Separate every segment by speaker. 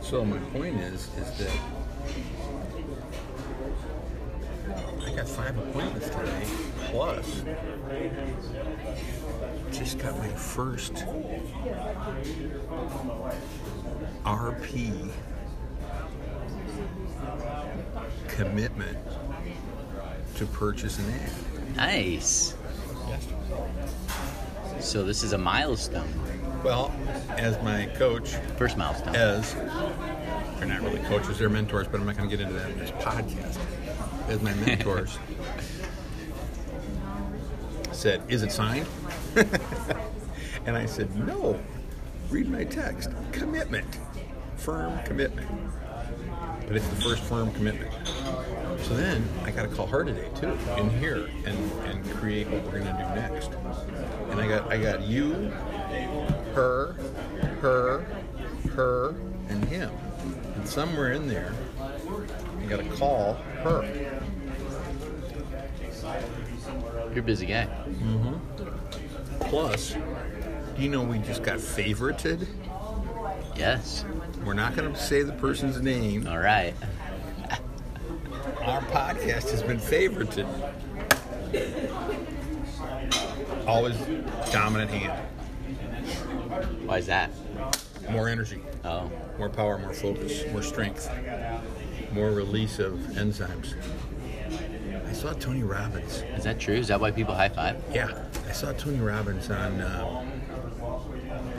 Speaker 1: So my point is, is that I got five appointments today, plus just got my first RP commitment to purchase an ad.
Speaker 2: Nice. So this is a milestone.
Speaker 1: Well, as my coach
Speaker 2: First milestone.
Speaker 1: as they're not really coaches, they're mentors, but I'm not going to get into that in this podcast. As my mentors said, Is it signed? and I said, No. Read my text. Commitment. Firm commitment. But it's the first firm commitment. So then I got to call her today too, in here, and and create what we're gonna do next. And I got I got you, her, her, her, and him. And somewhere in there, I got to call her.
Speaker 2: You're a busy guy.
Speaker 1: Plus, do you know we just got favorited?
Speaker 2: Yes.
Speaker 1: We're not gonna say the person's name.
Speaker 2: All right.
Speaker 1: Our podcast has been favorited. Always dominant hand,
Speaker 2: Why is that?
Speaker 1: more energy.
Speaker 2: Oh,
Speaker 1: more power, more focus, more strength, more release of enzymes. I saw Tony Robbins.
Speaker 2: is that true? Is that why people high five?
Speaker 1: Yeah, I saw Tony Robbins on uh,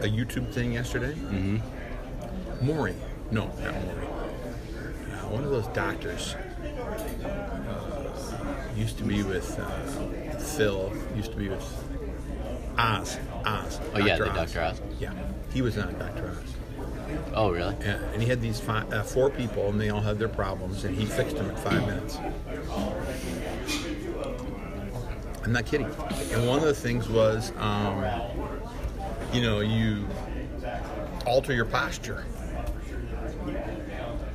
Speaker 1: a YouTube thing yesterday. Mm-hmm.
Speaker 2: Mm-hmm.
Speaker 1: Maury, no, not Maury. Uh, one of those doctors uh, used to be with uh, Phil. Used to be with Oz. Oz.
Speaker 2: Oh, yeah, the Dr. Oz.
Speaker 1: Yeah, he was on Dr. Oz.
Speaker 2: Oh, really?
Speaker 1: Yeah, and he had these fi uh, four people, and they all had their problems, and he fixed them in five minutes. I'm not kidding. And one of the things was, um, you know, you alter your posture,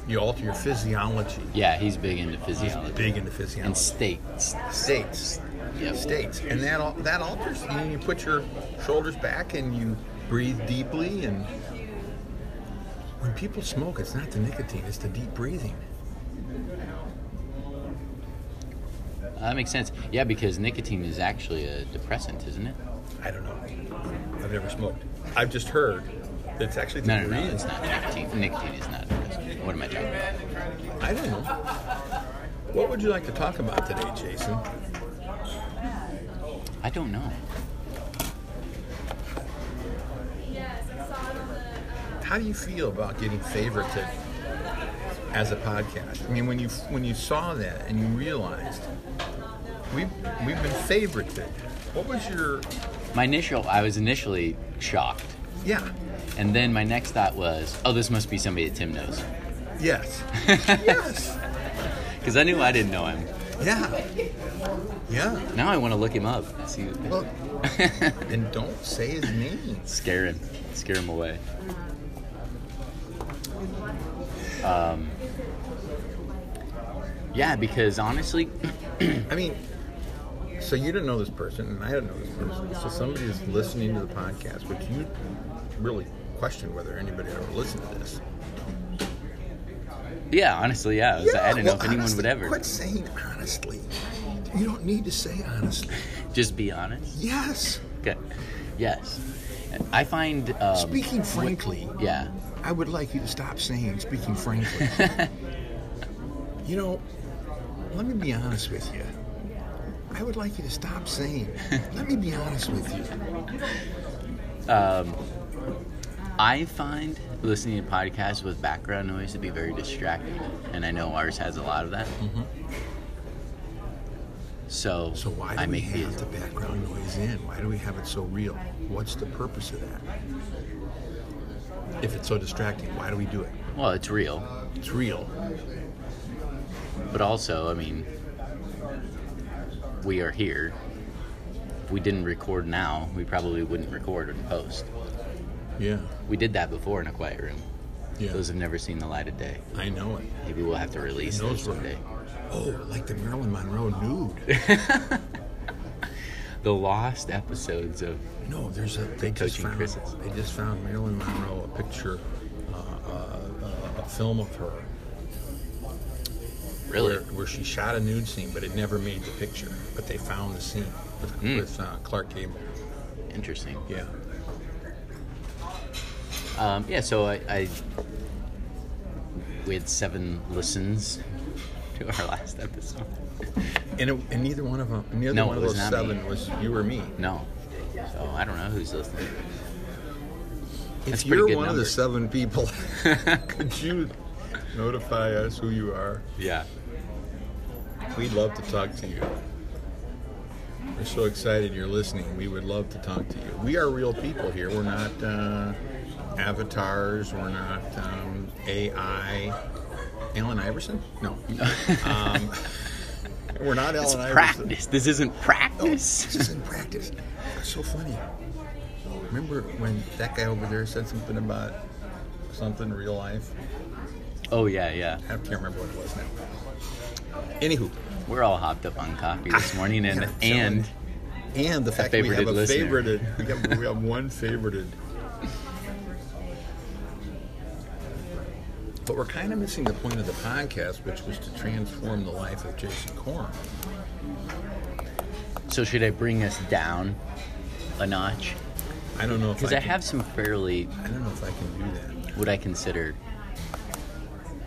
Speaker 1: you alter your physiology.
Speaker 2: Yeah, he's big into physiology.
Speaker 1: Big into physiology.
Speaker 2: And states.
Speaker 1: states.
Speaker 2: Yep.
Speaker 1: States. And that al- that alters. You, you put your shoulders back and you breathe deeply. And when people smoke, it's not the nicotine; it's the deep breathing.
Speaker 2: That makes sense. Yeah, because nicotine is actually a depressant, isn't it?
Speaker 1: I don't know. I've never smoked. I've just heard that it's actually the
Speaker 2: No, no, no.
Speaker 1: breathing.
Speaker 2: It's not nicotine. Nicotine is not a depressant. What am I talking about?
Speaker 1: I don't know. What would you like to talk about today, Jason?
Speaker 2: I don't know.
Speaker 1: How do you feel about getting favorited as a podcast? I mean, when you when you saw that and you realized we have we've been favorited, what was your
Speaker 2: My initial, I was initially shocked.
Speaker 1: yeah
Speaker 2: And then my next thought was, oh, this must be somebody that Tim knows.
Speaker 1: yes yes
Speaker 2: Because I knew I didn't know him.
Speaker 1: yeah yeah
Speaker 2: Now I want to look him up. and See,
Speaker 1: well and don't say his name.
Speaker 2: scare him, scare him away. Um, Um, yeah, because honestly,
Speaker 1: I mean, so you didn't know this person, and I didn't know this person. So somebody is listening to the podcast, which you really question whether anybody ever listened to this.
Speaker 2: yeah, honestly, yeah, I, was, I didn't know if anyone would ever.
Speaker 1: Quit saying honestly. You don't need to say honestly.
Speaker 2: Just be honest.
Speaker 1: Yes.
Speaker 2: Okay. Yes, I find. Um,
Speaker 1: Speaking frankly,
Speaker 2: Yeah.
Speaker 1: I would like you to stop saying speaking frankly. you know, let me be honest with you. I would like you to stop saying, let me be honest with you.
Speaker 2: I find listening to podcasts with background noise to be very distracting, and I know ours has a lot of that. So,
Speaker 1: Mm-hmm. So why do
Speaker 2: I
Speaker 1: we
Speaker 2: make
Speaker 1: have
Speaker 2: these.
Speaker 1: the background noise in? Why do we have it so real? What's the purpose of that? If it's so distracting, why do we do it?
Speaker 2: Well, it's real,
Speaker 1: It's real.
Speaker 2: but also, I mean, we are here. If we didn't record now, we probably wouldn't record and post.
Speaker 1: Yeah.
Speaker 2: We did that before in a quiet room.
Speaker 1: Yeah.
Speaker 2: Those have never seen the light of day.
Speaker 1: I know it.
Speaker 2: Maybe we'll have to release
Speaker 1: And
Speaker 2: those
Speaker 1: those were-
Speaker 2: someday.
Speaker 1: Oh, like the Marilyn Monroe nude.
Speaker 2: The lost episodes of
Speaker 1: No, there's a. They just
Speaker 2: Coaching
Speaker 1: found.
Speaker 2: Chris's.
Speaker 1: They just found Marilyn Monroe a picture, uh, uh, uh, a film of her
Speaker 2: Really?
Speaker 1: where, where she shot a nude scene, but it never made the picture. But they found the scene with,
Speaker 2: Mm.
Speaker 1: with uh, Clark Gable.
Speaker 2: Interesting.
Speaker 1: Yeah.
Speaker 2: Um, yeah, so I, I we had seven listens to our last episode.
Speaker 1: And, it, and neither one of them, neither
Speaker 2: No,
Speaker 1: one
Speaker 2: it
Speaker 1: of
Speaker 2: was
Speaker 1: those
Speaker 2: not me.
Speaker 1: seven was you or me.
Speaker 2: No, so I don't know who's listening. That's pretty
Speaker 1: If you're
Speaker 2: good
Speaker 1: one of
Speaker 2: number.
Speaker 1: the seven people, could you notify us who you are?
Speaker 2: Yeah,
Speaker 1: We'd love to talk to you. We're so excited you're listening. We would love to talk to you. We are real people here. We're not uh, avatars. We're not um, AI. Alan Iverson? No. um, we're not Alan
Speaker 2: it's
Speaker 1: Iverson.
Speaker 2: practice. This isn't
Speaker 1: Oh, it's
Speaker 2: practice.
Speaker 1: just in practice. It's so funny. Remember when that guy over there said something about something real life?
Speaker 2: oh yeah, yeah.
Speaker 1: I can't remember what it was now. Anywho,
Speaker 2: We're all hopped up on coffee this morning, and
Speaker 1: Yeah, I'm telling
Speaker 2: and
Speaker 1: you. and the fact that we have
Speaker 2: favorited
Speaker 1: a
Speaker 2: listener.
Speaker 1: favorited, we have, we have one favorited. But we're kind of missing the point of the podcast, which was to transform the life of Jason Korn.
Speaker 2: so should I bring us down a notch?
Speaker 1: I don't know if
Speaker 2: Because
Speaker 1: I,
Speaker 2: I
Speaker 1: can-
Speaker 2: have some fairly
Speaker 1: I don't know if I can do that.
Speaker 2: what I consider,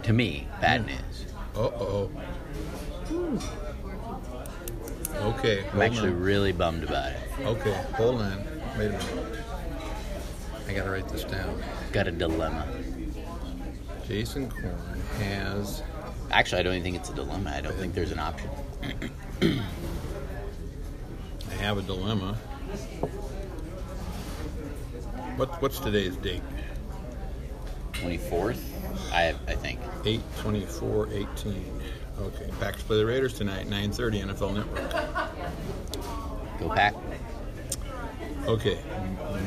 Speaker 2: to me, bad news.
Speaker 1: Uh oh. Okay.
Speaker 2: I'm
Speaker 1: hold
Speaker 2: actually
Speaker 1: on.
Speaker 2: really bummed about it.
Speaker 1: Okay, hold on. Wait a minute. I gotta write this down.
Speaker 2: Got a dilemma.
Speaker 1: Jason Korn has.
Speaker 2: Actually, I don't even think it's a dilemma. I don't think there's an option.
Speaker 1: I have a dilemma. What, what's today's date?
Speaker 2: 24th, I, I think.
Speaker 1: 8 24 18. Okay, Packers play the Raiders tonight, 9.30 NFL Network.
Speaker 2: Go back.
Speaker 1: Okay,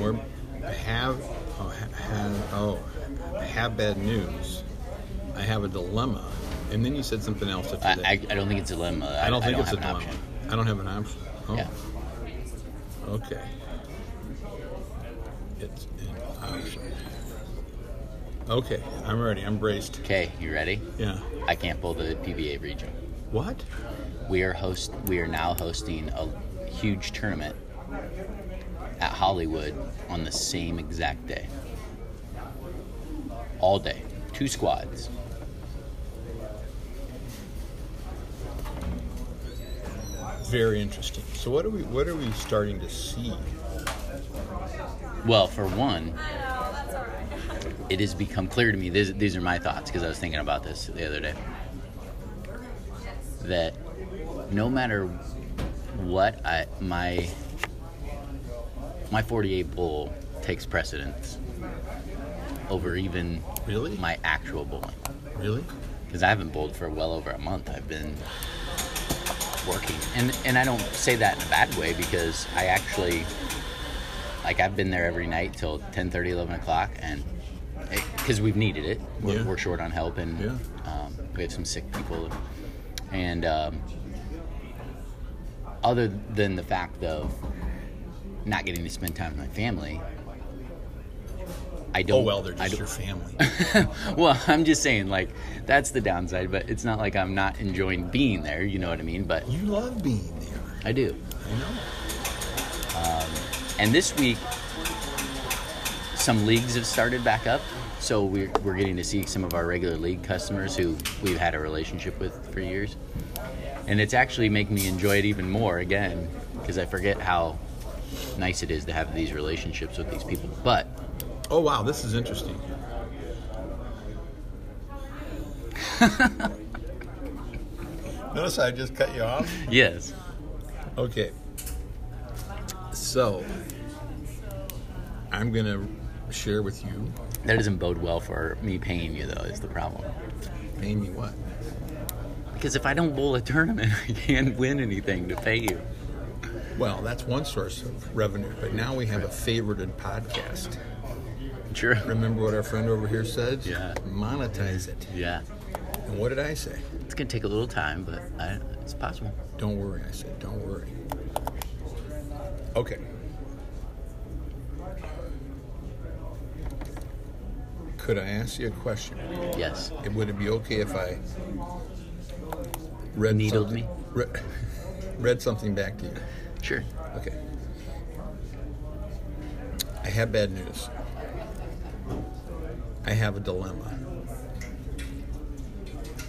Speaker 1: we're, I have, oh, ha- have, oh, I have bad news. I have a dilemma. And then you said something else after
Speaker 2: I,
Speaker 1: that.
Speaker 2: I, I don't think it's a dilemma. I,
Speaker 1: I don't think it's a
Speaker 2: have an
Speaker 1: dilemma.
Speaker 2: option.
Speaker 1: I don't have an option. Oh.
Speaker 2: Yeah.
Speaker 1: Okay. It's an option. Okay, I'm ready. I'm braced.
Speaker 2: Okay, you ready?
Speaker 1: Yeah.
Speaker 2: I can't pull the PBA region.
Speaker 1: What?
Speaker 2: We are host. We are now hosting a huge tournament at Hollywood on the same exact day. All day, two squads.
Speaker 1: Very interesting. So what are we what are we starting to see?
Speaker 2: Well, for one, it has become clear to me. This, these are my thoughts because I was thinking about this the other day. That no matter what I, my my 48 bowl takes precedence over even
Speaker 1: Really?
Speaker 2: my actual bowling
Speaker 1: Really?
Speaker 2: because I haven't bowled for well over a month. I've been working, and and I don't say that in a bad way because I actually, like, I've been there every night till 10, 11 o'clock, and because we've needed it, we're,
Speaker 1: Yeah.
Speaker 2: we're short on help, and
Speaker 1: Yeah.
Speaker 2: um, we have some sick people, and um, other than the fact of not getting to spend time with my family. I don't.
Speaker 1: Oh well, they're
Speaker 2: I
Speaker 1: just
Speaker 2: don't-
Speaker 1: your family.
Speaker 2: well, I'm just saying, like, that's the downside, but it's not like I'm not enjoying being there, you know what I mean? But
Speaker 1: you love being there.
Speaker 2: I do.
Speaker 1: I know.
Speaker 2: And this week, some leagues have started back up. So we're, we're getting to see some of our regular league customers who we've had a relationship with for years. And it's actually making me enjoy it even more again because I forget how nice it is to have these relationships with these people. But
Speaker 1: Oh wow, this is interesting. Notice I just cut you off.
Speaker 2: yes,
Speaker 1: Okay. So, I'm going to share with you.
Speaker 2: that doesn't bode well for me paying you, though, is the problem.
Speaker 1: Pay me what?
Speaker 2: Because if I don't bowl a tournament, I can't win anything to pay you.
Speaker 1: Well, that's one source of revenue, but now we have a favorited podcast.
Speaker 2: True.
Speaker 1: Remember what our friend over here said?
Speaker 2: Yeah.
Speaker 1: Monetize it.
Speaker 2: Yeah.
Speaker 1: And what did I say?
Speaker 2: It's gonna take a little time, but I, it's possible.
Speaker 1: Don't worry, I said, don't worry. Okay. Could I ask you a question?
Speaker 2: Yes.
Speaker 1: And would it be okay if I read
Speaker 2: Needled
Speaker 1: something,
Speaker 2: me?
Speaker 1: Re- read something back to you?
Speaker 2: Sure.
Speaker 1: Okay. I have bad news. I have a dilemma.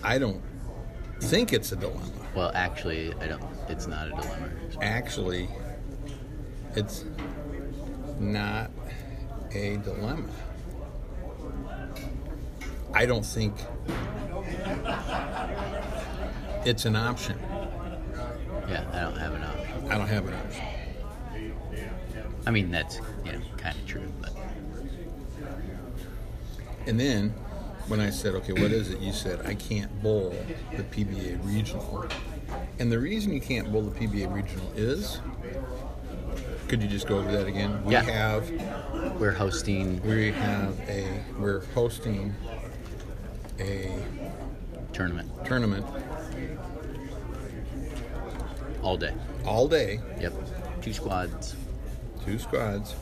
Speaker 1: I don't think it's a dilemma.
Speaker 2: Well, actually, I don't. It's not a dilemma.
Speaker 1: Actually, it's not a dilemma. I don't think it's an option.
Speaker 2: Yeah, I don't have an option.
Speaker 1: I don't have an option.
Speaker 2: I mean, that's yeah, kind of true, but
Speaker 1: And then when I said, okay, what is it? You said, I can't bowl the PBA regional. And the reason you can't bowl the PBA regional is. Could you just go over that again? We
Speaker 2: Yeah.
Speaker 1: have
Speaker 2: we're hosting
Speaker 1: we have a we're hosting a
Speaker 2: tournament
Speaker 1: tournament
Speaker 2: all day.
Speaker 1: all day,
Speaker 2: Yep. Two squads.
Speaker 1: two squads.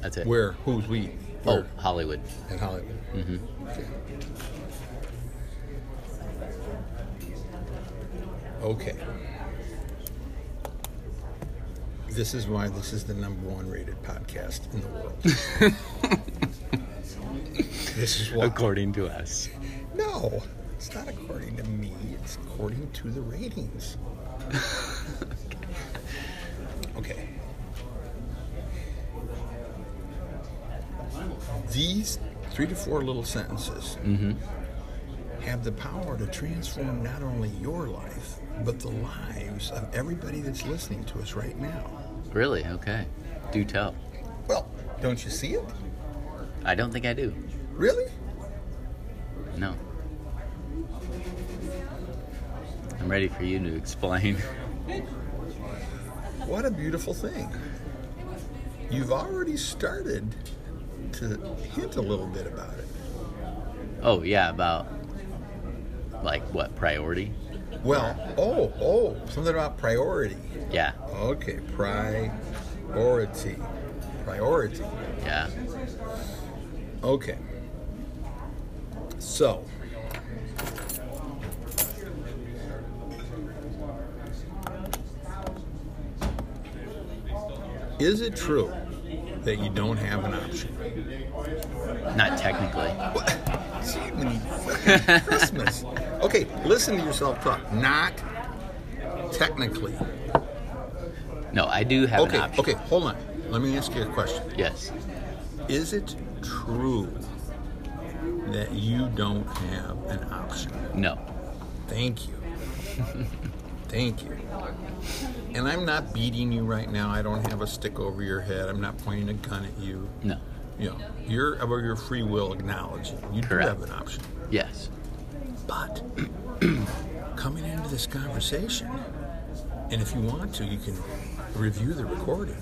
Speaker 2: That's it.
Speaker 1: Where who's we?
Speaker 2: oh,
Speaker 1: Where?
Speaker 2: Hollywood.
Speaker 1: in Hollywood. Mm-hmm. Okay. okay. This is why this is the number one rated podcast in the world. this is why.
Speaker 2: According to us.
Speaker 1: No, it's not according to me. It's according to the ratings. okay. These three to four little sentences have the power to transform not only your life, but the lives of everybody that's listening to us right now.
Speaker 2: Really? Okay. Do tell.
Speaker 1: Well, don't you see it?
Speaker 2: I don't think I do.
Speaker 1: Really?
Speaker 2: No. I'm ready for you to explain.
Speaker 1: What a beautiful thing. You've already started to hint a little bit about it.
Speaker 2: Oh yeah, about like what priority?
Speaker 1: Well, oh, oh, something about priority.
Speaker 2: Yeah,
Speaker 1: Okay, priority. Priority.
Speaker 2: yeah.
Speaker 1: Okay. So, is it true that you don't have an option?
Speaker 2: Not technically.
Speaker 1: Gee, when you- fucking Christmas. Okay, listen to yourself talk. Not technically.
Speaker 2: No, I do have
Speaker 1: okay,
Speaker 2: an option.
Speaker 1: okay, hold on. Let me ask you a question.
Speaker 2: Yes.
Speaker 1: Is it true that you don't have an option?
Speaker 2: No.
Speaker 1: Thank you. Thank you. And I'm not beating you right now. I don't have a stick over your head. I'm not pointing a gun at you.
Speaker 2: No.
Speaker 1: You know, you're about your free will acknowledging you
Speaker 2: Correct.
Speaker 1: do have an option.
Speaker 2: Yes.
Speaker 1: But coming into this conversation, and if you want to, you can review the recording.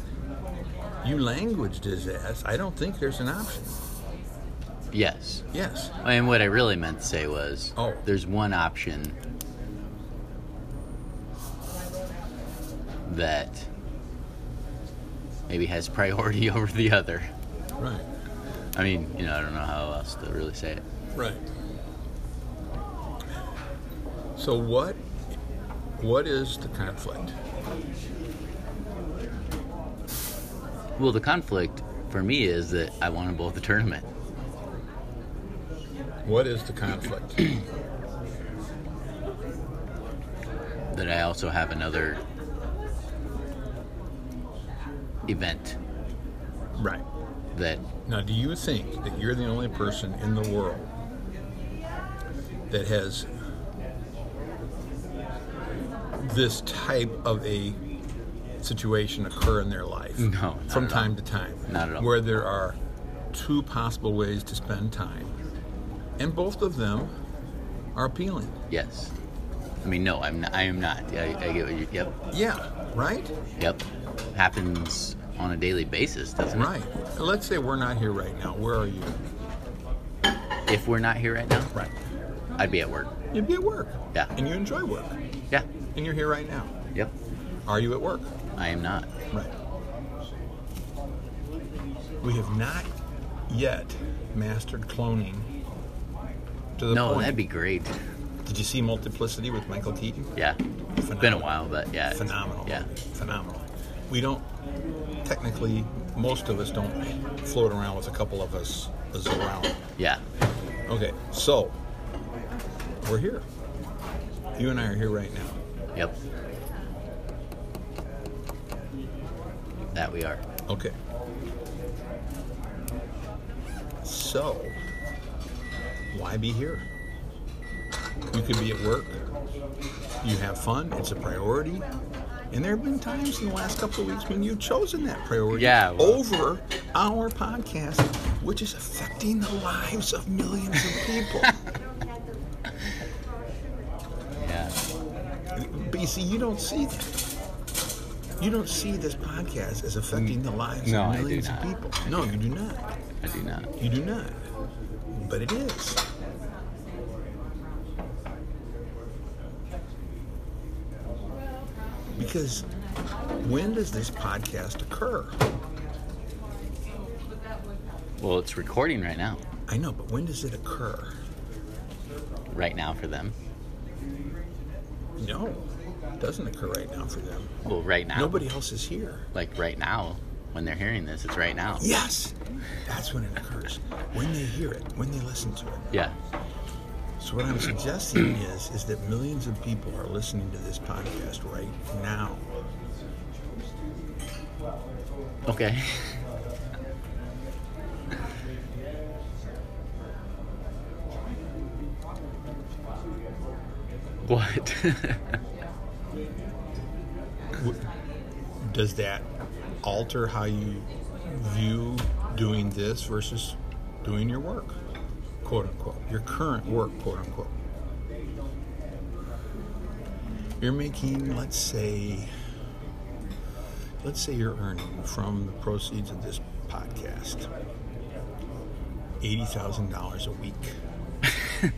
Speaker 1: You languaged his ass. I don't think there's an option.
Speaker 2: Yes.
Speaker 1: Yes.
Speaker 2: And what I really meant to say was,
Speaker 1: Oh.
Speaker 2: there's one option that maybe has priority over the other.
Speaker 1: Right.
Speaker 2: I mean, you know, I don't know how else to really say it.
Speaker 1: Right. So what? What is the conflict?
Speaker 2: Well, the conflict for me is that I want to bowl the tournament.
Speaker 1: What is the conflict?
Speaker 2: That I also have another event
Speaker 1: right.
Speaker 2: that
Speaker 1: Now, do you think that you're the only person in the world that has this type of a situation occur in their life
Speaker 2: No, not
Speaker 1: from
Speaker 2: at all.
Speaker 1: time to time?
Speaker 2: Not at all.
Speaker 1: Where there are two possible ways to spend time, and both of them are appealing.
Speaker 2: yes. I mean, no, I'm not, I am not. I, I get what you. Yep,
Speaker 1: Yeah, right?
Speaker 2: yep. Happens on a daily basis, doesn't it?
Speaker 1: Right. Let's say we're not here right now. Where are you?
Speaker 2: If we're not here right now,
Speaker 1: Right.
Speaker 2: I'd be at work.
Speaker 1: You'd be at work.
Speaker 2: Yeah.
Speaker 1: And you enjoy work.
Speaker 2: Yeah.
Speaker 1: And you're here right now.
Speaker 2: Yep.
Speaker 1: Are you at work?
Speaker 2: I am not.
Speaker 1: Right. We have not yet mastered cloning to the
Speaker 2: No,
Speaker 1: point.
Speaker 2: that'd be great.
Speaker 1: Did you see Multiplicity with Michael Keaton?
Speaker 2: Yeah. It's been a while, but yeah. it's-
Speaker 1: Phenomenal.
Speaker 2: Yeah.
Speaker 1: Phenomenal. We don't technically most of us don't float around with a couple of us is around.
Speaker 2: Yeah.
Speaker 1: Okay, so we're here. You and I are here right now.
Speaker 2: Yep. That we are.
Speaker 1: Okay. So why be here? You could be at work. You have fun. It's a priority. And there have been times in the last couple of weeks when you've chosen that priority
Speaker 2: Yeah, well-
Speaker 1: over our podcast, which is affecting the lives of millions of people.
Speaker 2: Yeah.
Speaker 1: But you see, you don't see that. You don't see this podcast as affecting the lives
Speaker 2: Mm. No, I
Speaker 1: of
Speaker 2: do
Speaker 1: millions of
Speaker 2: not.
Speaker 1: people. No, you do not.
Speaker 2: I do not.
Speaker 1: You do not. But it is. Because when does this podcast occur?
Speaker 2: Well, it's recording right now.
Speaker 1: I know, but when does it occur?
Speaker 2: Right now for them.
Speaker 1: No, it doesn't occur right now for them.
Speaker 2: Well, right now.
Speaker 1: Nobody else is here.
Speaker 2: Like right now, when they're hearing this, it's right now.
Speaker 1: Yes, that's when it occurs. When they hear it, when they listen to it.
Speaker 2: Yeah.
Speaker 1: So what I'm suggesting is is that millions of people are listening to this podcast right now.
Speaker 2: Okay. what?
Speaker 1: W- Does that alter how you view doing this versus doing your work, quote unquote, your current work, quote unquote? You're making, let's say, let's say you're earning from the proceeds of this podcast eighty thousand dollars a week.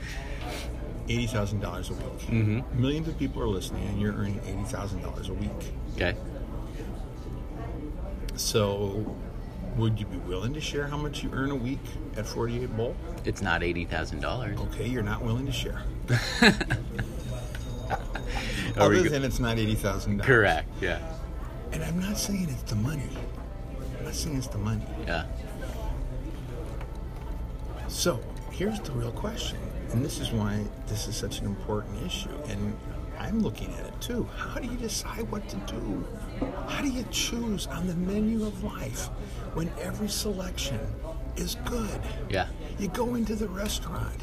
Speaker 1: eighty thousand dollars a week. Mm-hmm. Millions of people are listening, and you're earning eighty thousand dollars a week.
Speaker 2: okay.
Speaker 1: So, would you be willing to share how much you earn a week at 48 Bowl?
Speaker 2: It's not $80,000.
Speaker 1: Okay, you're not willing to share.
Speaker 2: Are we
Speaker 1: Other
Speaker 2: go-
Speaker 1: than it's not $80,000.
Speaker 2: Correct. Yeah.
Speaker 1: And I'm not saying it's the money. I'm not saying it's the money.
Speaker 2: Yeah.
Speaker 1: So, here's the real question. And this is why this is such an important issue. And I'm looking at it too. How do you decide what to do? How do you choose on the menu of life when every selection is good?
Speaker 2: Yeah.
Speaker 1: You go into the restaurant.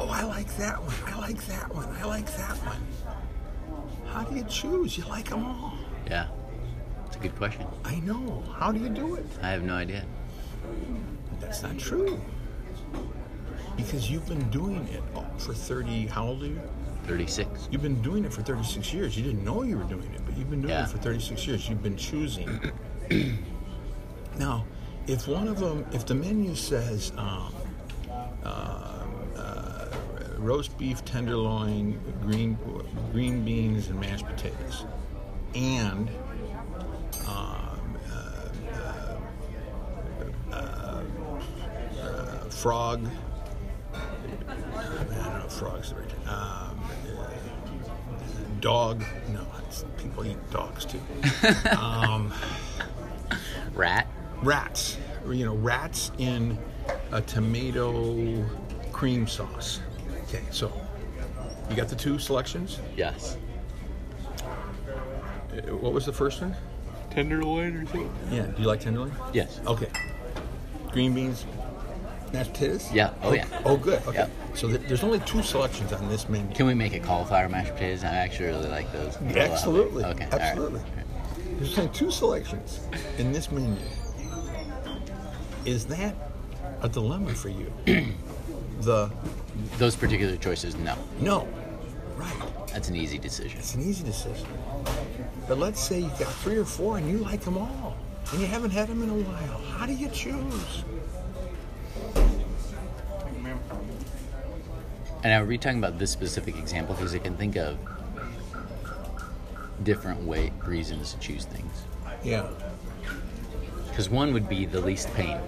Speaker 1: Oh, I like that one. I like that one. I like that one. How do you choose? You like them all.
Speaker 2: Yeah. It's a good question.
Speaker 1: I know. How do you do it?
Speaker 2: I have no idea.
Speaker 1: That's not true. Because you've been doing it all for 30, how old are you?
Speaker 2: 36.
Speaker 1: You've been doing it for 36 years. You didn't know you were doing it, but you've been doing
Speaker 2: Yeah.
Speaker 1: it for 36 years. You've been choosing. now, if one of them, if the menu says um, um, uh, roast beef, tenderloin, green green beans, and mashed potatoes, and um, uh, uh, uh, uh, frog. I don't know if frog's the right term. Um, dog. No, it's, people eat dogs too. um,
Speaker 2: Rat?
Speaker 1: rats. Or, You know, rats in a tomato cream sauce. Okay, so you got the two selections.
Speaker 2: Yes.
Speaker 1: Uh, What was the first one?
Speaker 2: Tenderloin or something?
Speaker 1: Yeah. Do you like tenderloin?
Speaker 2: Yes.
Speaker 1: Okay. Green beans. Mashed potatoes.
Speaker 2: Yeah. Oh, yeah.
Speaker 1: Oh, good. Okay.
Speaker 2: Yep.
Speaker 1: So th- there's only two selections on this menu.
Speaker 2: Can we make a cauliflower mashed potatoes? I actually really like those.
Speaker 1: Absolutely.
Speaker 2: Okay. all right.
Speaker 1: Absolutely. There's only two selections in this menu. Is that a dilemma for you? the
Speaker 2: Those particular choices, no.
Speaker 1: no. Right.
Speaker 2: That's an easy decision.
Speaker 1: It's an easy decision. But let's say you got three or four and you like them all and you haven't had them in a while. How do you choose?
Speaker 2: And are we talking about this specific example? Because I can think of different way reasons to choose things.
Speaker 1: Yeah.
Speaker 2: because one would be the least pain,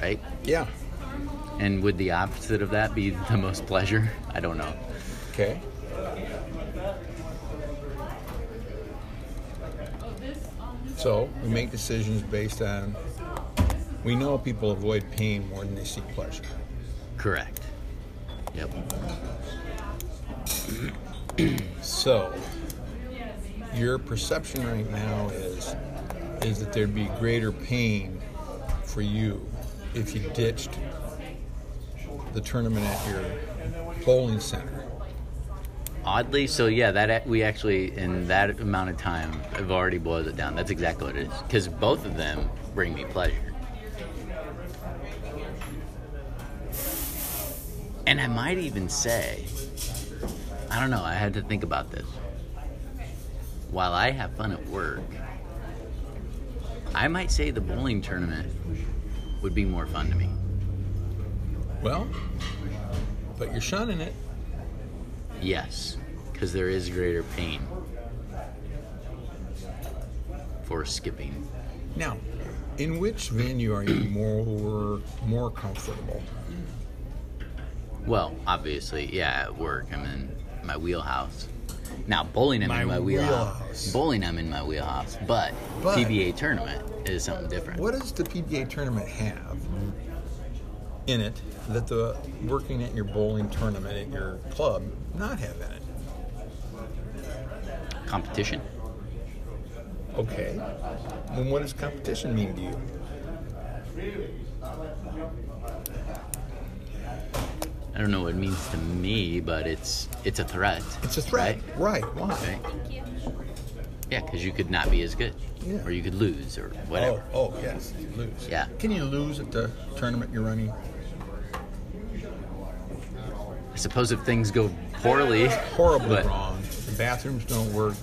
Speaker 2: right?
Speaker 1: Yeah.
Speaker 2: And would the opposite of that be the most pleasure? I don't know.
Speaker 1: Okay. So we make decisions based on. We know people avoid pain more than they seek pleasure.
Speaker 2: Correct. Yep.
Speaker 1: So your perception right now is is that there'd be greater pain for you if you ditched the tournament at your bowling center.
Speaker 2: Oddly, so yeah, that a- we actually in that amount of time have already boiled it down. That's exactly what it is because both of them bring me pleasure. And I might even say, I don't know. I had to think about this. While I have fun at work, I might say the bowling tournament would be more fun to me.
Speaker 1: Well, but you're shunning it.
Speaker 2: Yes, because there is greater pain for skipping.
Speaker 1: Now, in which venue are you more more comfortable?
Speaker 2: Well, obviously, yeah, at work I'm in my wheelhouse. Now bowling I'm
Speaker 1: My
Speaker 2: in my wheelhouse.
Speaker 1: wheelhouse.
Speaker 2: Bowling I'm in my wheelhouse, but,
Speaker 1: But-
Speaker 2: PBA tournament is something different.
Speaker 1: What does the PBA tournament have in it that the working at your bowling tournament at your club not have in it?
Speaker 2: Competition.
Speaker 1: Okay. Then what does competition mean to you?
Speaker 2: I don't know what it means to me, but it's it's a threat.
Speaker 1: It's a threat.
Speaker 2: Right?
Speaker 1: Right. Why?
Speaker 2: Right? Yeah, because you could not be as good,
Speaker 1: Yeah.
Speaker 2: or you could lose, or whatever.
Speaker 1: Oh, oh yes. You lose.
Speaker 2: Yeah.
Speaker 1: Can you lose at the tournament you're running? Oh.
Speaker 2: I suppose if things go poorly,
Speaker 1: Horribly
Speaker 2: But-
Speaker 1: wrong. The bathrooms don't work.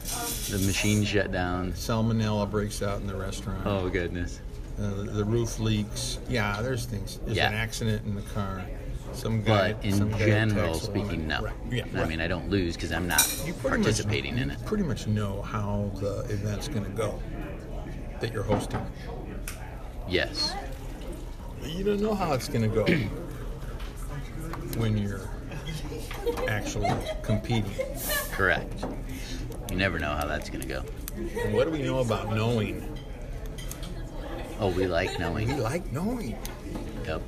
Speaker 2: the machine shut down.
Speaker 1: Salmonella breaks out in the restaurant.
Speaker 2: Oh goodness.
Speaker 1: Uh, the- the roof leaks. Yeah, there's things. There's
Speaker 2: Yeah.
Speaker 1: an accident in the car. Some guy.
Speaker 2: But
Speaker 1: some
Speaker 2: in
Speaker 1: guy
Speaker 2: general
Speaker 1: attacks a woman.
Speaker 2: speaking, no.
Speaker 1: Right. Yeah.
Speaker 2: I mean, I don't lose because I'm not participating
Speaker 1: much,
Speaker 2: in it.
Speaker 1: You pretty much know how the event's going to go that you're hosting.
Speaker 2: Yes.
Speaker 1: You don't know how it's going to go when you're actually competing.
Speaker 2: Correct. You never know how that's gonna go.
Speaker 1: And what do we know about knowing?
Speaker 2: Oh, we like
Speaker 1: We
Speaker 2: knowing.
Speaker 1: like knowing.
Speaker 2: Yep.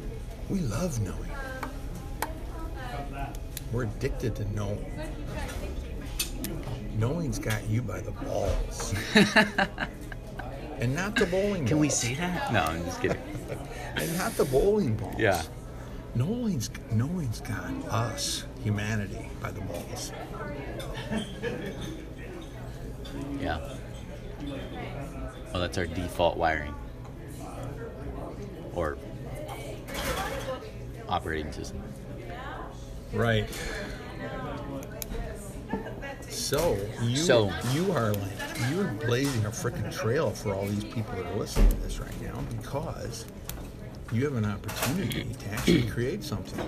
Speaker 1: We love knowing. We're addicted to knowing. Knowing's got you by the balls. and not the bowling
Speaker 2: Can we
Speaker 1: balls.
Speaker 2: say that? No, I'm just kidding.
Speaker 1: And not the bowling balls.
Speaker 2: Yeah.
Speaker 1: Knowing's, knowing's got us, humanity, by the balls.
Speaker 2: Yeah. Well, that's our default wiring. Or operating system.
Speaker 1: Right. So you
Speaker 2: So-
Speaker 1: you are like you're blazing a freaking trail for all these people that are listening to this right now because you have an opportunity to actually create something.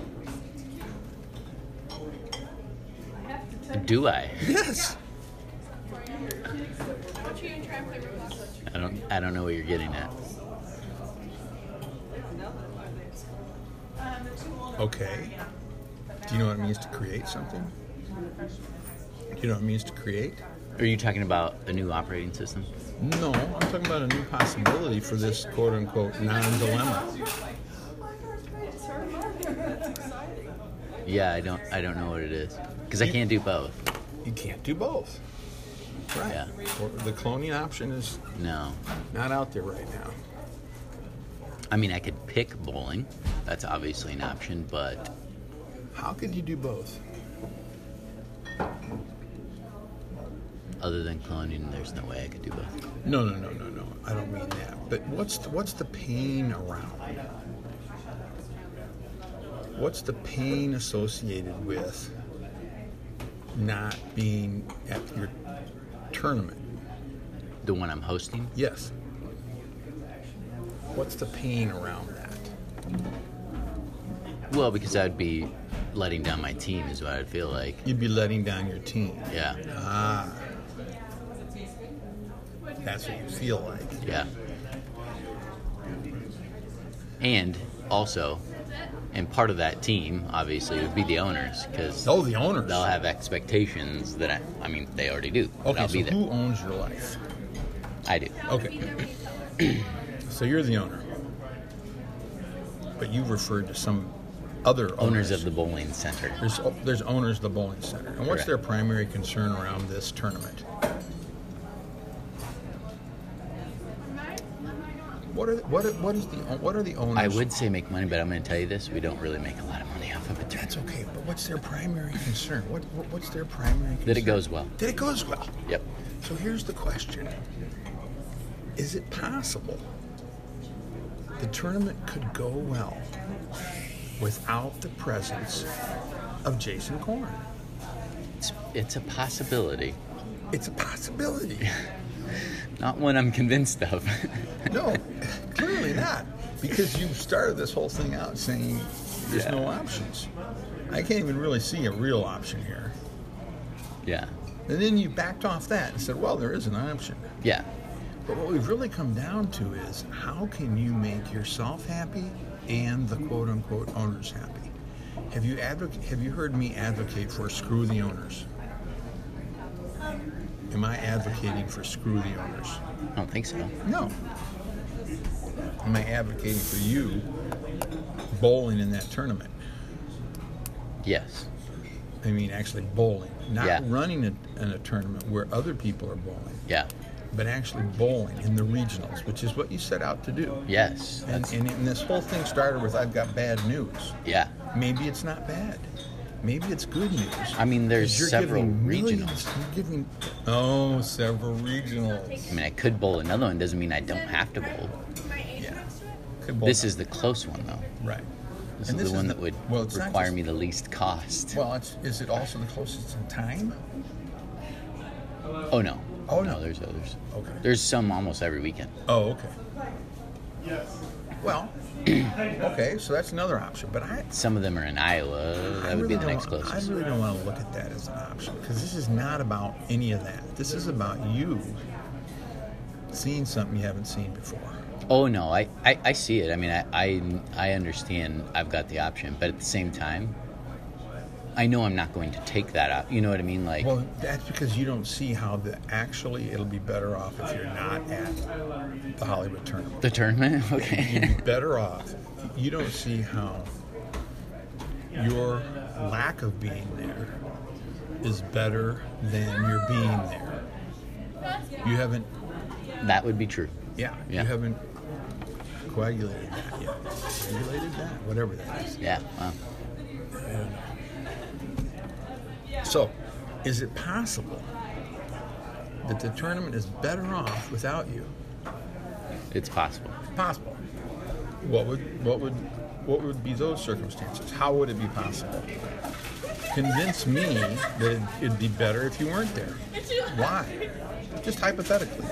Speaker 2: Do I?
Speaker 1: Yes.
Speaker 2: I don't. I don't know what you're getting at.
Speaker 1: Okay. Do you know what it means to create something? Do you know what it means to create?
Speaker 2: Are you talking about a new operating system?
Speaker 1: No, I'm talking about a new possibility for this quote unquote non dilemma.
Speaker 2: Yeah, I don't. I don't know what it is because I can't do both.
Speaker 1: You can't do both. Right.
Speaker 2: Yeah.
Speaker 1: Or the cloning option is
Speaker 2: No.
Speaker 1: not out there right now.
Speaker 2: I mean, I could pick bowling. That's obviously an option, but
Speaker 1: How could you do both?
Speaker 2: other than cloning, there's no way I could do both.
Speaker 1: No, no, no, no, no. I don't mean that. But what's the, what's the pain around? What's the pain associated with not being at your tournament?
Speaker 2: The one I'm hosting,
Speaker 1: Yes. What's the pain around that?
Speaker 2: well, because I'd be letting down my team, is what I'd feel like.
Speaker 1: You'd be letting down your team.
Speaker 2: Yeah,
Speaker 1: Ah. That's what you feel like.
Speaker 2: yeah. and also, and part of that team obviously would be the owners because
Speaker 1: Oh, the owners.
Speaker 2: they'll have expectations that I, I mean they already do. but
Speaker 1: okay,
Speaker 2: I'll
Speaker 1: so
Speaker 2: be there.
Speaker 1: who owns your life?
Speaker 2: I do.
Speaker 1: Okay. so you're the owner, but you referred to some other
Speaker 2: Owners of the bowling center.
Speaker 1: There's, oh, there's owners of the bowling center. And what's
Speaker 2: Correct.
Speaker 1: their primary concern around this tournament? What are what are, what is the what are the owners?
Speaker 2: I would say make money, but I'm going to tell you this: we don't really make a lot of money off of it.
Speaker 1: That's okay, but what's their primary concern? What, what what's their primary concern?
Speaker 2: That it goes well.
Speaker 1: That it goes well.
Speaker 2: Yep.
Speaker 1: So here's the question: Is it possible the tournament could go well without the presence of Jason Korn?
Speaker 2: It's, it's a possibility,
Speaker 1: It's a possibility.
Speaker 2: not one I'm convinced of.
Speaker 1: No, clearly not. Because you started this whole thing out saying there's
Speaker 2: Yeah.
Speaker 1: no options. I can't even really see a real option here.
Speaker 2: yeah.
Speaker 1: And then you backed off that and said, well, there is an option.
Speaker 2: Yeah.
Speaker 1: But what we've really come down to is how can you make yourself happy and the quote unquote owners happy? Have you advoc- have you heard me advocate for screw the owners? Am I advocating for screw the owners?
Speaker 2: I don't think so.
Speaker 1: No. Am I advocating for you bowling in that tournament?
Speaker 2: Yes.
Speaker 1: I mean, actually bowling, not
Speaker 2: Yeah.
Speaker 1: running a, in a tournament where other people are bowling,
Speaker 2: Yeah.
Speaker 1: but actually bowling in the regionals, which is what you set out to do.
Speaker 2: Yes.
Speaker 1: And,
Speaker 2: That's-
Speaker 1: and, and this whole thing started with I've got bad news.
Speaker 2: yeah.
Speaker 1: Maybe it's not bad. Maybe it's good news.
Speaker 2: I mean, there's
Speaker 1: 'Cause you're
Speaker 2: several
Speaker 1: giving
Speaker 2: regionals.
Speaker 1: millions- You're giving oh, several regionals.
Speaker 2: I mean, I could bowl another one. Doesn't mean I don't have to bowl.
Speaker 1: Yeah. Could bowl
Speaker 2: This
Speaker 1: out.
Speaker 2: is the close one, though.
Speaker 1: right.
Speaker 2: This
Speaker 1: And
Speaker 2: is the one that would
Speaker 1: well, it's not
Speaker 2: require
Speaker 1: just-
Speaker 2: me the least cost.
Speaker 1: Well, it's, is it also the closest in time?
Speaker 2: oh no.
Speaker 1: Oh, no.
Speaker 2: There's others.
Speaker 1: Okay.
Speaker 2: There's some almost every weekend.
Speaker 1: Oh, okay. Yes. Well, okay, so that's another option. But I,
Speaker 2: Some of them are in Iowa.
Speaker 1: I
Speaker 2: That would be
Speaker 1: really
Speaker 2: the next
Speaker 1: don't-
Speaker 2: closest.
Speaker 1: I really don't want to look at that as an option because this is not about any of that. This is about you seeing something you haven't seen before.
Speaker 2: Oh no, I, I, I see it. I mean, I, I I understand. I've got the option, but at the same time, I know I'm not going to take that up. You know what I mean? Like,
Speaker 1: Well, that's because you don't see how the actually it'll be better off if you're not at the Hollywood tournament.
Speaker 2: the tournament. Okay.
Speaker 1: better off. You don't see how your lack of being there is better than your being there. You haven't,
Speaker 2: that would be true.
Speaker 1: yeah,
Speaker 2: Yeah.
Speaker 1: you haven't coagulated that yet. Coagulated that, whatever that is.
Speaker 2: Yeah. Wow.
Speaker 1: So, is it possible that the tournament is better off without you?
Speaker 2: It's possible.
Speaker 1: Possible. What would what would what would be those circumstances? How would it be possible? Convince me that it'd be better if you weren't there. Why? Just hypothetically.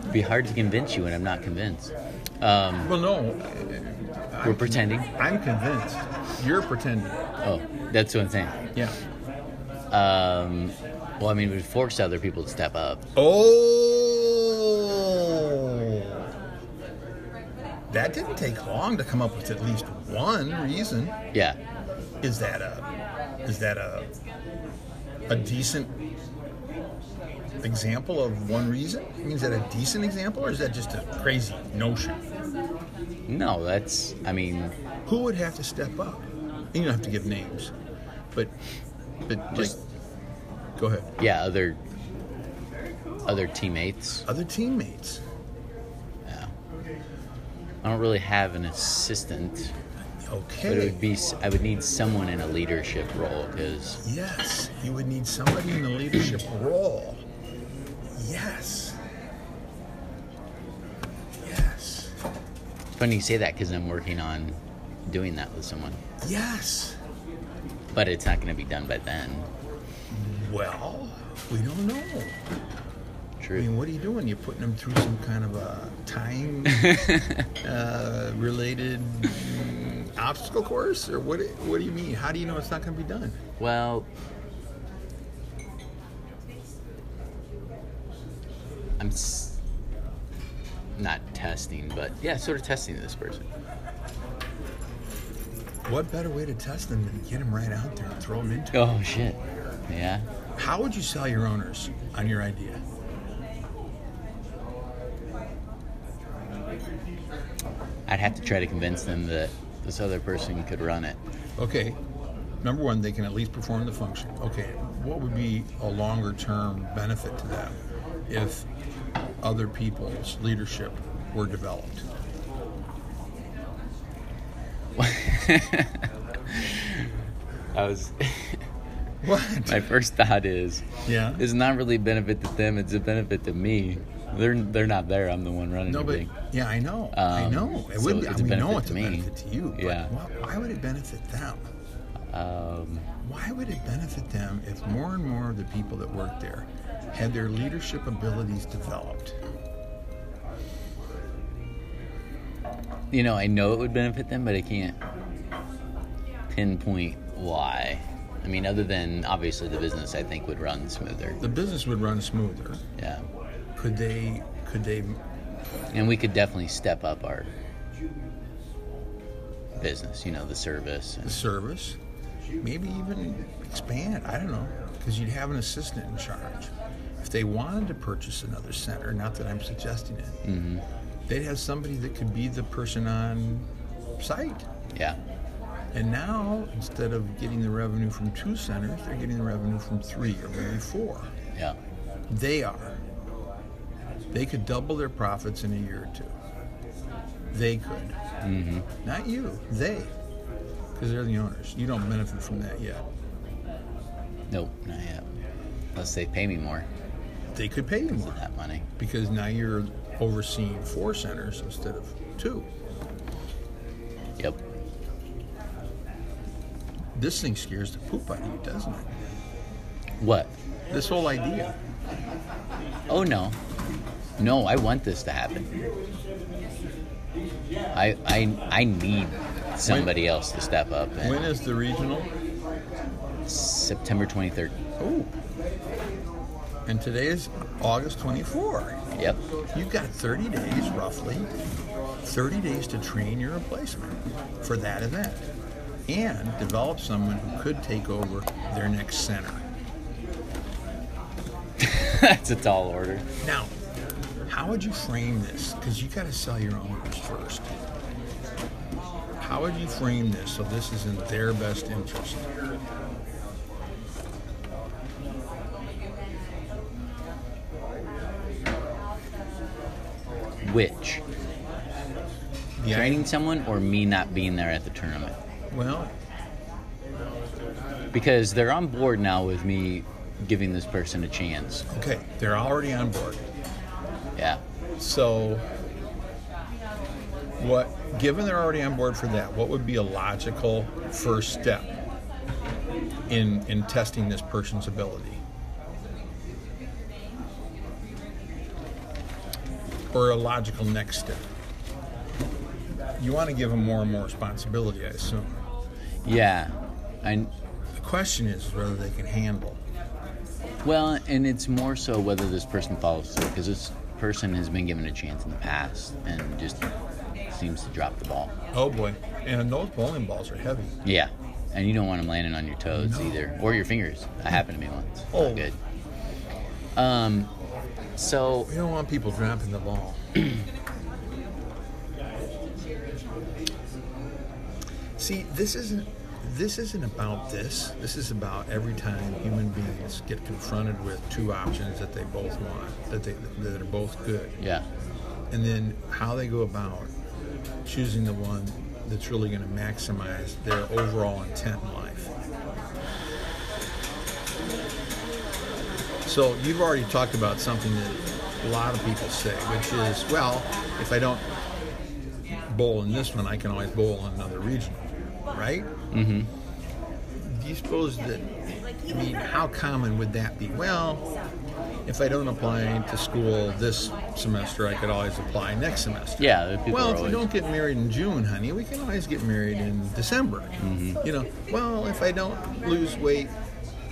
Speaker 2: It'd be hard to convince you when I'm not convinced.
Speaker 1: Well, no,
Speaker 2: We're pretending.
Speaker 1: I'm convinced. You're pretending.
Speaker 2: Oh, that's what I'm saying.
Speaker 1: Yeah.
Speaker 2: Um, well, I mean, we force other people to step up.
Speaker 1: Oh. That didn't take long to come up with at least one reason.
Speaker 2: Yeah.
Speaker 1: Is that a is that a a decent example of one reason? I mean, is that a decent example, or is that just a crazy notion?
Speaker 2: No, that's. I mean,
Speaker 1: Who would have to step up? And you don't have to give names, but but just go ahead.
Speaker 2: yeah. Other. Other teammates.
Speaker 1: Other teammates.
Speaker 2: Yeah. I don't really have an assistant.
Speaker 1: Okay.
Speaker 2: But it would be I would need someone in a leadership role because
Speaker 1: Yes, you would need somebody in the leadership role. Yes. Yes.
Speaker 2: it's funny you say that because I'm working on doing that with someone,
Speaker 1: Yes.
Speaker 2: but it's not going to be done by then.
Speaker 1: Well, we don't know. I
Speaker 2: True.
Speaker 1: mean, what are you doing? You're putting them through some kind of a time uh, related mm, obstacle course, or what? What do you mean? How do you know it's not going to be done?
Speaker 2: Well, I'm s- not testing, but yeah, sort of testing this person.
Speaker 1: What better way to test them than to get them right out there and throw them into?
Speaker 2: Oh shit. Yeah.
Speaker 1: How would you sell your owners on your idea?
Speaker 2: I'd have to try to convince them that this other person could run it.
Speaker 1: Okay, number one, they can at least perform the function. Okay, what would be a longer term benefit to them if other people's leadership were developed?
Speaker 2: I was
Speaker 1: What?
Speaker 2: my first thought is
Speaker 1: Yeah.
Speaker 2: it's not really a benefit to them, it's a benefit to me. They're they're not there, I'm the one running
Speaker 1: No, but
Speaker 2: everything.
Speaker 1: yeah, I know. I
Speaker 2: Um,
Speaker 1: know. It
Speaker 2: so
Speaker 1: would be,
Speaker 2: it's a
Speaker 1: we know
Speaker 2: benefit
Speaker 1: it's
Speaker 2: to
Speaker 1: a
Speaker 2: me.
Speaker 1: benefit to you. But
Speaker 2: Yeah.
Speaker 1: why, why would it benefit them?
Speaker 2: Um,
Speaker 1: Why would it benefit them if more and more of the people that work there had their leadership abilities developed?
Speaker 2: you know, I know it would benefit them, but I can't pinpoint why. I mean, other than obviously the business, I think would run smoother.
Speaker 1: The business would run smoother.
Speaker 2: Yeah,
Speaker 1: Could they? Could they?
Speaker 2: and we could definitely step up our business. You know, the service.
Speaker 1: The
Speaker 2: And,
Speaker 1: service, maybe even expand. I don't know, because you'd have an assistant in charge. If they wanted to purchase another center, not that I'm suggesting it, they'd have somebody that could be the person on site.
Speaker 2: yeah,
Speaker 1: And now, instead of getting the revenue from two centers, they're getting the revenue from three or maybe four.
Speaker 2: yeah,
Speaker 1: They are. They could double their profits in a year or two. They could. Not you. They. Because they're the owners. You don't benefit from that yet.
Speaker 2: nope, not yet. Unless they pay me more
Speaker 1: They could pay you more
Speaker 2: for that money.
Speaker 1: because now you're overseeing four centers instead of two.
Speaker 2: Yep.
Speaker 1: This thing scares the poop out of you, doesn't it?
Speaker 2: What?
Speaker 1: This whole idea.
Speaker 2: Oh no. No, I want this to happen. I I I need somebody else to step up. And
Speaker 1: When is the regional?
Speaker 2: September 23rd.
Speaker 1: Oh. And today is August 24.
Speaker 2: Yep.
Speaker 1: You've got 30 days, roughly, 30 days to train your replacement for that event and develop someone who could take over their next center.
Speaker 2: That's a tall order.
Speaker 1: Now, how would you frame this? Because you got to sell your owners first. How would you frame this so this is in their best interest?
Speaker 2: Which?
Speaker 1: The
Speaker 2: Training someone or me not being there at the tournament?
Speaker 1: Well,
Speaker 2: Because they're on board now with me giving this person a chance.
Speaker 1: okay, they're already on board.
Speaker 2: Yeah.
Speaker 1: So, what, given they're already on board for that, what would be a logical first step in in testing this person's ability? Or a logical next step? You want to give them more and more responsibility, I assume.
Speaker 2: Yeah. I
Speaker 1: The question is whether they can handle.
Speaker 2: well, and it's more so whether this person follows through because this person has been given a chance in the past and just seems to drop the ball.
Speaker 1: Oh boy! And those bowling balls are heavy.
Speaker 2: Yeah. And you don't want them landing on your toes
Speaker 1: No.
Speaker 2: either, or your fingers. That happened to me once. Not
Speaker 1: Oh.
Speaker 2: good. Um, so
Speaker 1: We don't want people dropping the ball. See, this isn't this isn't about this. This is about every time human beings get confronted with two options that they both want, that they that are both good,
Speaker 2: yeah,
Speaker 1: and then how they go about choosing the one that's really going to maximize their overall intent in life. So you've already talked about something that a lot of people say, which is, well, if I don't bowl in this one, I can always bowl in another regional, right? Mm-hmm. Do you suppose that? I mean, how common would that be? Well, if I don't apply to school this semester, I could always apply next semester.
Speaker 2: yeah. the People
Speaker 1: Well,
Speaker 2: are
Speaker 1: if we
Speaker 2: always,
Speaker 1: don't get married in June, honey, we can always get married in December. You know, well, if I don't lose weight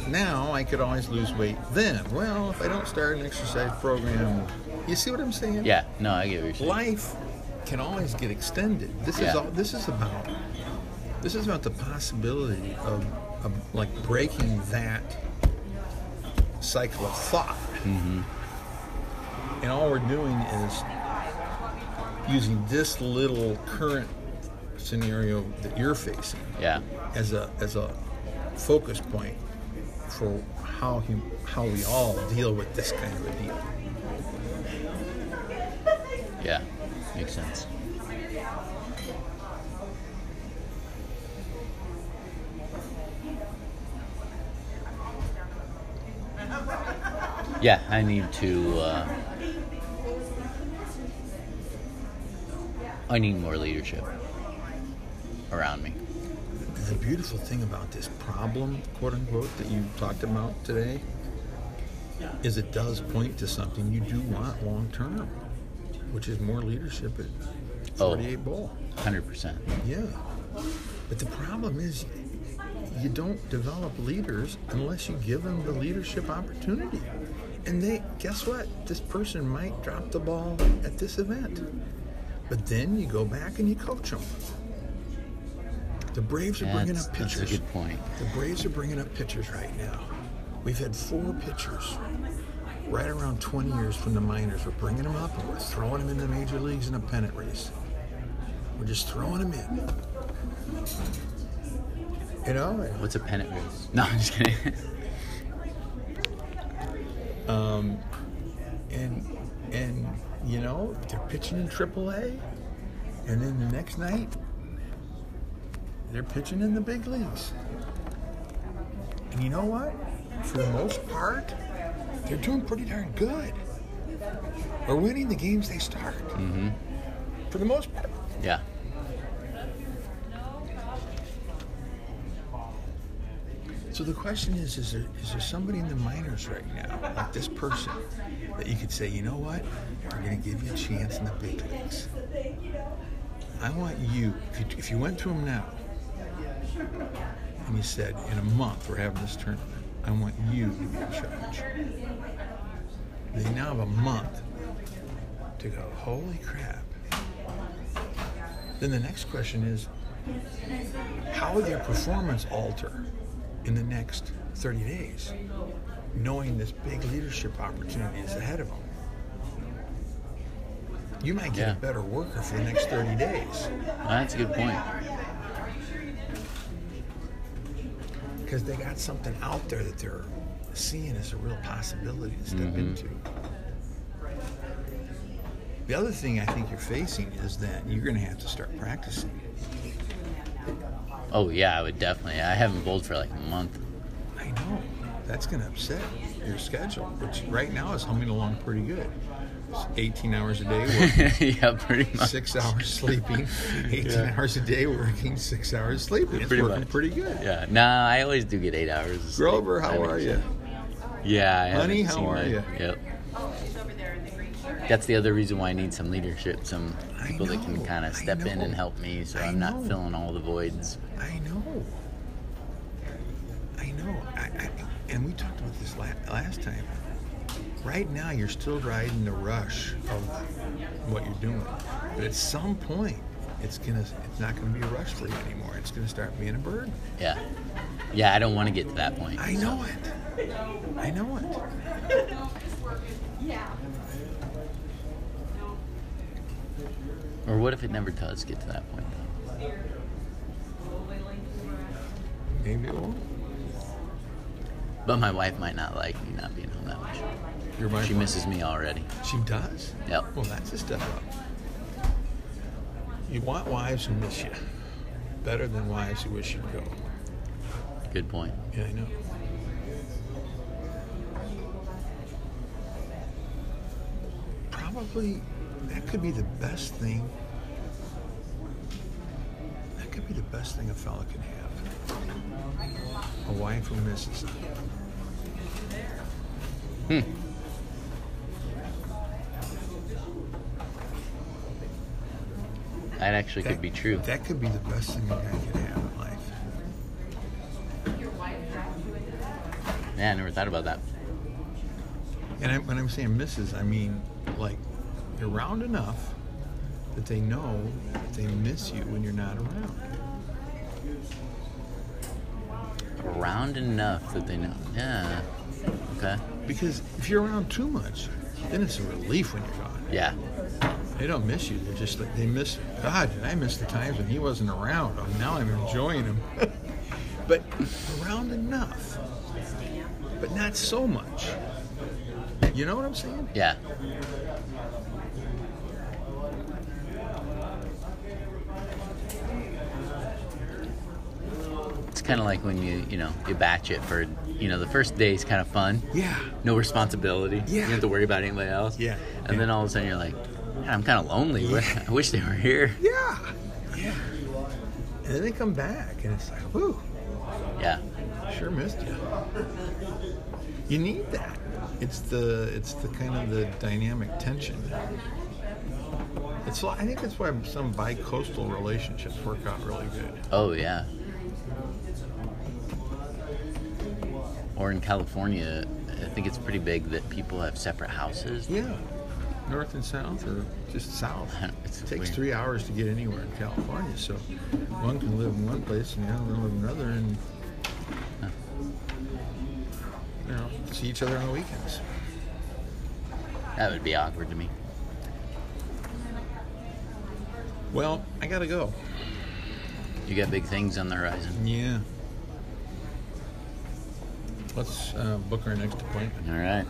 Speaker 1: now, I could always lose weight then. Well, if I don't start an exercise program, you see what I'm saying?
Speaker 2: Yeah, no, I get what you're saying.
Speaker 1: Life can always get extended. This is
Speaker 2: Yeah.
Speaker 1: all. This is about. This is about the possibility of, of like breaking that cycle of thought. And all we're doing is using this little current scenario that you're facing
Speaker 2: Yeah,
Speaker 1: as a as a focus point for how he, how we all deal with this kind of a deal.
Speaker 2: yeah, makes sense. Yeah, I need to. Uh, I need more leadership around me.
Speaker 1: The beautiful thing about this problem, quote unquote, that you talked about today, is it does point to something you do want long term, which is more leadership at
Speaker 2: Oh.
Speaker 1: 48 ball.
Speaker 2: 100%.
Speaker 1: Yeah. But the problem is, you don't develop leaders unless you give them the leadership opportunity. And they, guess what? This person might drop the ball at this event. But then you go back and you coach them. The Braves are bringing
Speaker 2: That's,
Speaker 1: up
Speaker 2: that's a
Speaker 1: pitchers.
Speaker 2: good point.
Speaker 1: The Braves are bringing up pitchers right now. We've had four pitchers right around 20 years from the minors. We're bringing them up and we're throwing them in the major leagues in a pennant race. We're just throwing them in. You know,
Speaker 2: What's a pennant race? No, I'm just kidding.
Speaker 1: and and you know they're pitching in AAA, and then the next night they're pitching in the big leagues. And you know what? For the most part, they're doing pretty darn good. They're winning the games they start. Mm-hmm. For the most part.
Speaker 2: yeah.
Speaker 1: So the question is: Is there is there somebody in the minors right now, like this person, that you could say, you know what, we're going to give you a chance in the big leagues? I want you. If you, if you went to him now, and you said, in a month we're having this tournament, I want you to be in charge. They now have a month to go. Holy crap! Then the next question is, how would their performance alter in the next 30 days, knowing this big leadership opportunity is ahead of them? You might get
Speaker 2: Yeah.
Speaker 1: a better worker for the next 30 days
Speaker 2: That's a good point.
Speaker 1: because they got something out there that they're seeing as a real possibility to step
Speaker 2: Mm-hmm.
Speaker 1: into. The other thing I think you're facing is that you're going to have to start practicing.
Speaker 2: Oh, yeah, I would definitely. I haven't bowled for like a month.
Speaker 1: I know. That's going to upset your schedule, which right now is humming along pretty good. It's 18 hours a day, working,
Speaker 2: yeah, pretty much.
Speaker 1: six hours sleeping, 18
Speaker 2: Yeah.
Speaker 1: hours a day working, six hours sleeping. It's
Speaker 2: Pretty
Speaker 1: working
Speaker 2: much.
Speaker 1: pretty good.
Speaker 2: Yeah, nah, I always do get eight hours. of sleep.
Speaker 1: Grover,
Speaker 2: I
Speaker 1: how
Speaker 2: mean,
Speaker 1: are you?
Speaker 2: Yeah, I
Speaker 1: Honey,
Speaker 2: haven't
Speaker 1: how
Speaker 2: seen
Speaker 1: are
Speaker 2: my-
Speaker 1: ya?
Speaker 2: Yep. That's the other reason why I need some leadership, some
Speaker 1: I
Speaker 2: people that can
Speaker 1: know,
Speaker 2: kind
Speaker 1: I
Speaker 2: of step in
Speaker 1: know,
Speaker 2: and help me, so
Speaker 1: I
Speaker 2: I'm not
Speaker 1: know.
Speaker 2: filling all the voids.
Speaker 1: I know. I know. I, I, and we talked about this la- last time. Right now, you're still riding the rush of what you're doing, but at some point, it's gonna. It's not gonna be a rush for you anymore. It's gonna start being a burden.
Speaker 2: Yeah, yeah, I don't want to get to that point.
Speaker 1: I know it. I know it.
Speaker 2: Or what if it never does get to that point? Though?
Speaker 1: Maybe it won't.
Speaker 2: But my wife might not like me not being home that much.
Speaker 1: Your wife
Speaker 2: She
Speaker 1: won't.
Speaker 2: misses me already.
Speaker 1: She does.
Speaker 2: Yep.
Speaker 1: Well, that's a step up. You want wives who miss you better than wives who wish you'd go.
Speaker 2: Good point.
Speaker 1: Yeah, I know. Probably that could be the best thing. That could be the best thing a fella can have. A wife who misses him.
Speaker 2: Hmm. That actually
Speaker 1: That
Speaker 2: could be true.
Speaker 1: That could be the best thing a guy can have in life.
Speaker 2: Yeah, I never thought about that.
Speaker 1: And I, when I'm saying misses, I mean like you're around enough that they know they miss you when you're not around.
Speaker 2: Around enough that they know. Yeah. Okay.
Speaker 1: Because if you're around too much, then it's a relief when you're gone.
Speaker 2: Yeah.
Speaker 1: They don't miss you. They're just like they miss. God, did I miss the times when he wasn't around? Oh, now I'm enjoying him. but around enough, but not so much. You know what I'm saying?
Speaker 2: Yeah. It's kind of like when you, you know, you batch it for, you know, the first day is kind of fun.
Speaker 1: Yeah.
Speaker 2: No responsibility. You
Speaker 1: Yeah.
Speaker 2: don't have to worry about anybody else.
Speaker 1: Yeah.
Speaker 2: And then all of a sudden you're like, "Man, I'm kind of lonely. I wish they were here.
Speaker 1: Yeah. Yeah. And then they come back, and it's like, whew.
Speaker 2: Yeah.
Speaker 1: Sure missed you. You need that. It's the it's the kind of the dynamic tension. It's why- I think that's why some bi-coastal relationships work out really good.
Speaker 2: Oh, yeah. Or in California, I think it's pretty big that people have separate houses.
Speaker 1: Yeah, north and south, or just south.
Speaker 2: It's
Speaker 1: It takes
Speaker 2: weird.
Speaker 1: three hours to get anywhere in California, so one can live in one place and the other one live in another, and you know, see each other on the weekends.
Speaker 2: That would be awkward to me.
Speaker 1: Well, I gotta go.
Speaker 2: You got big things on the horizon.
Speaker 1: Yeah. Let's uh, book our next appointment.
Speaker 2: All right.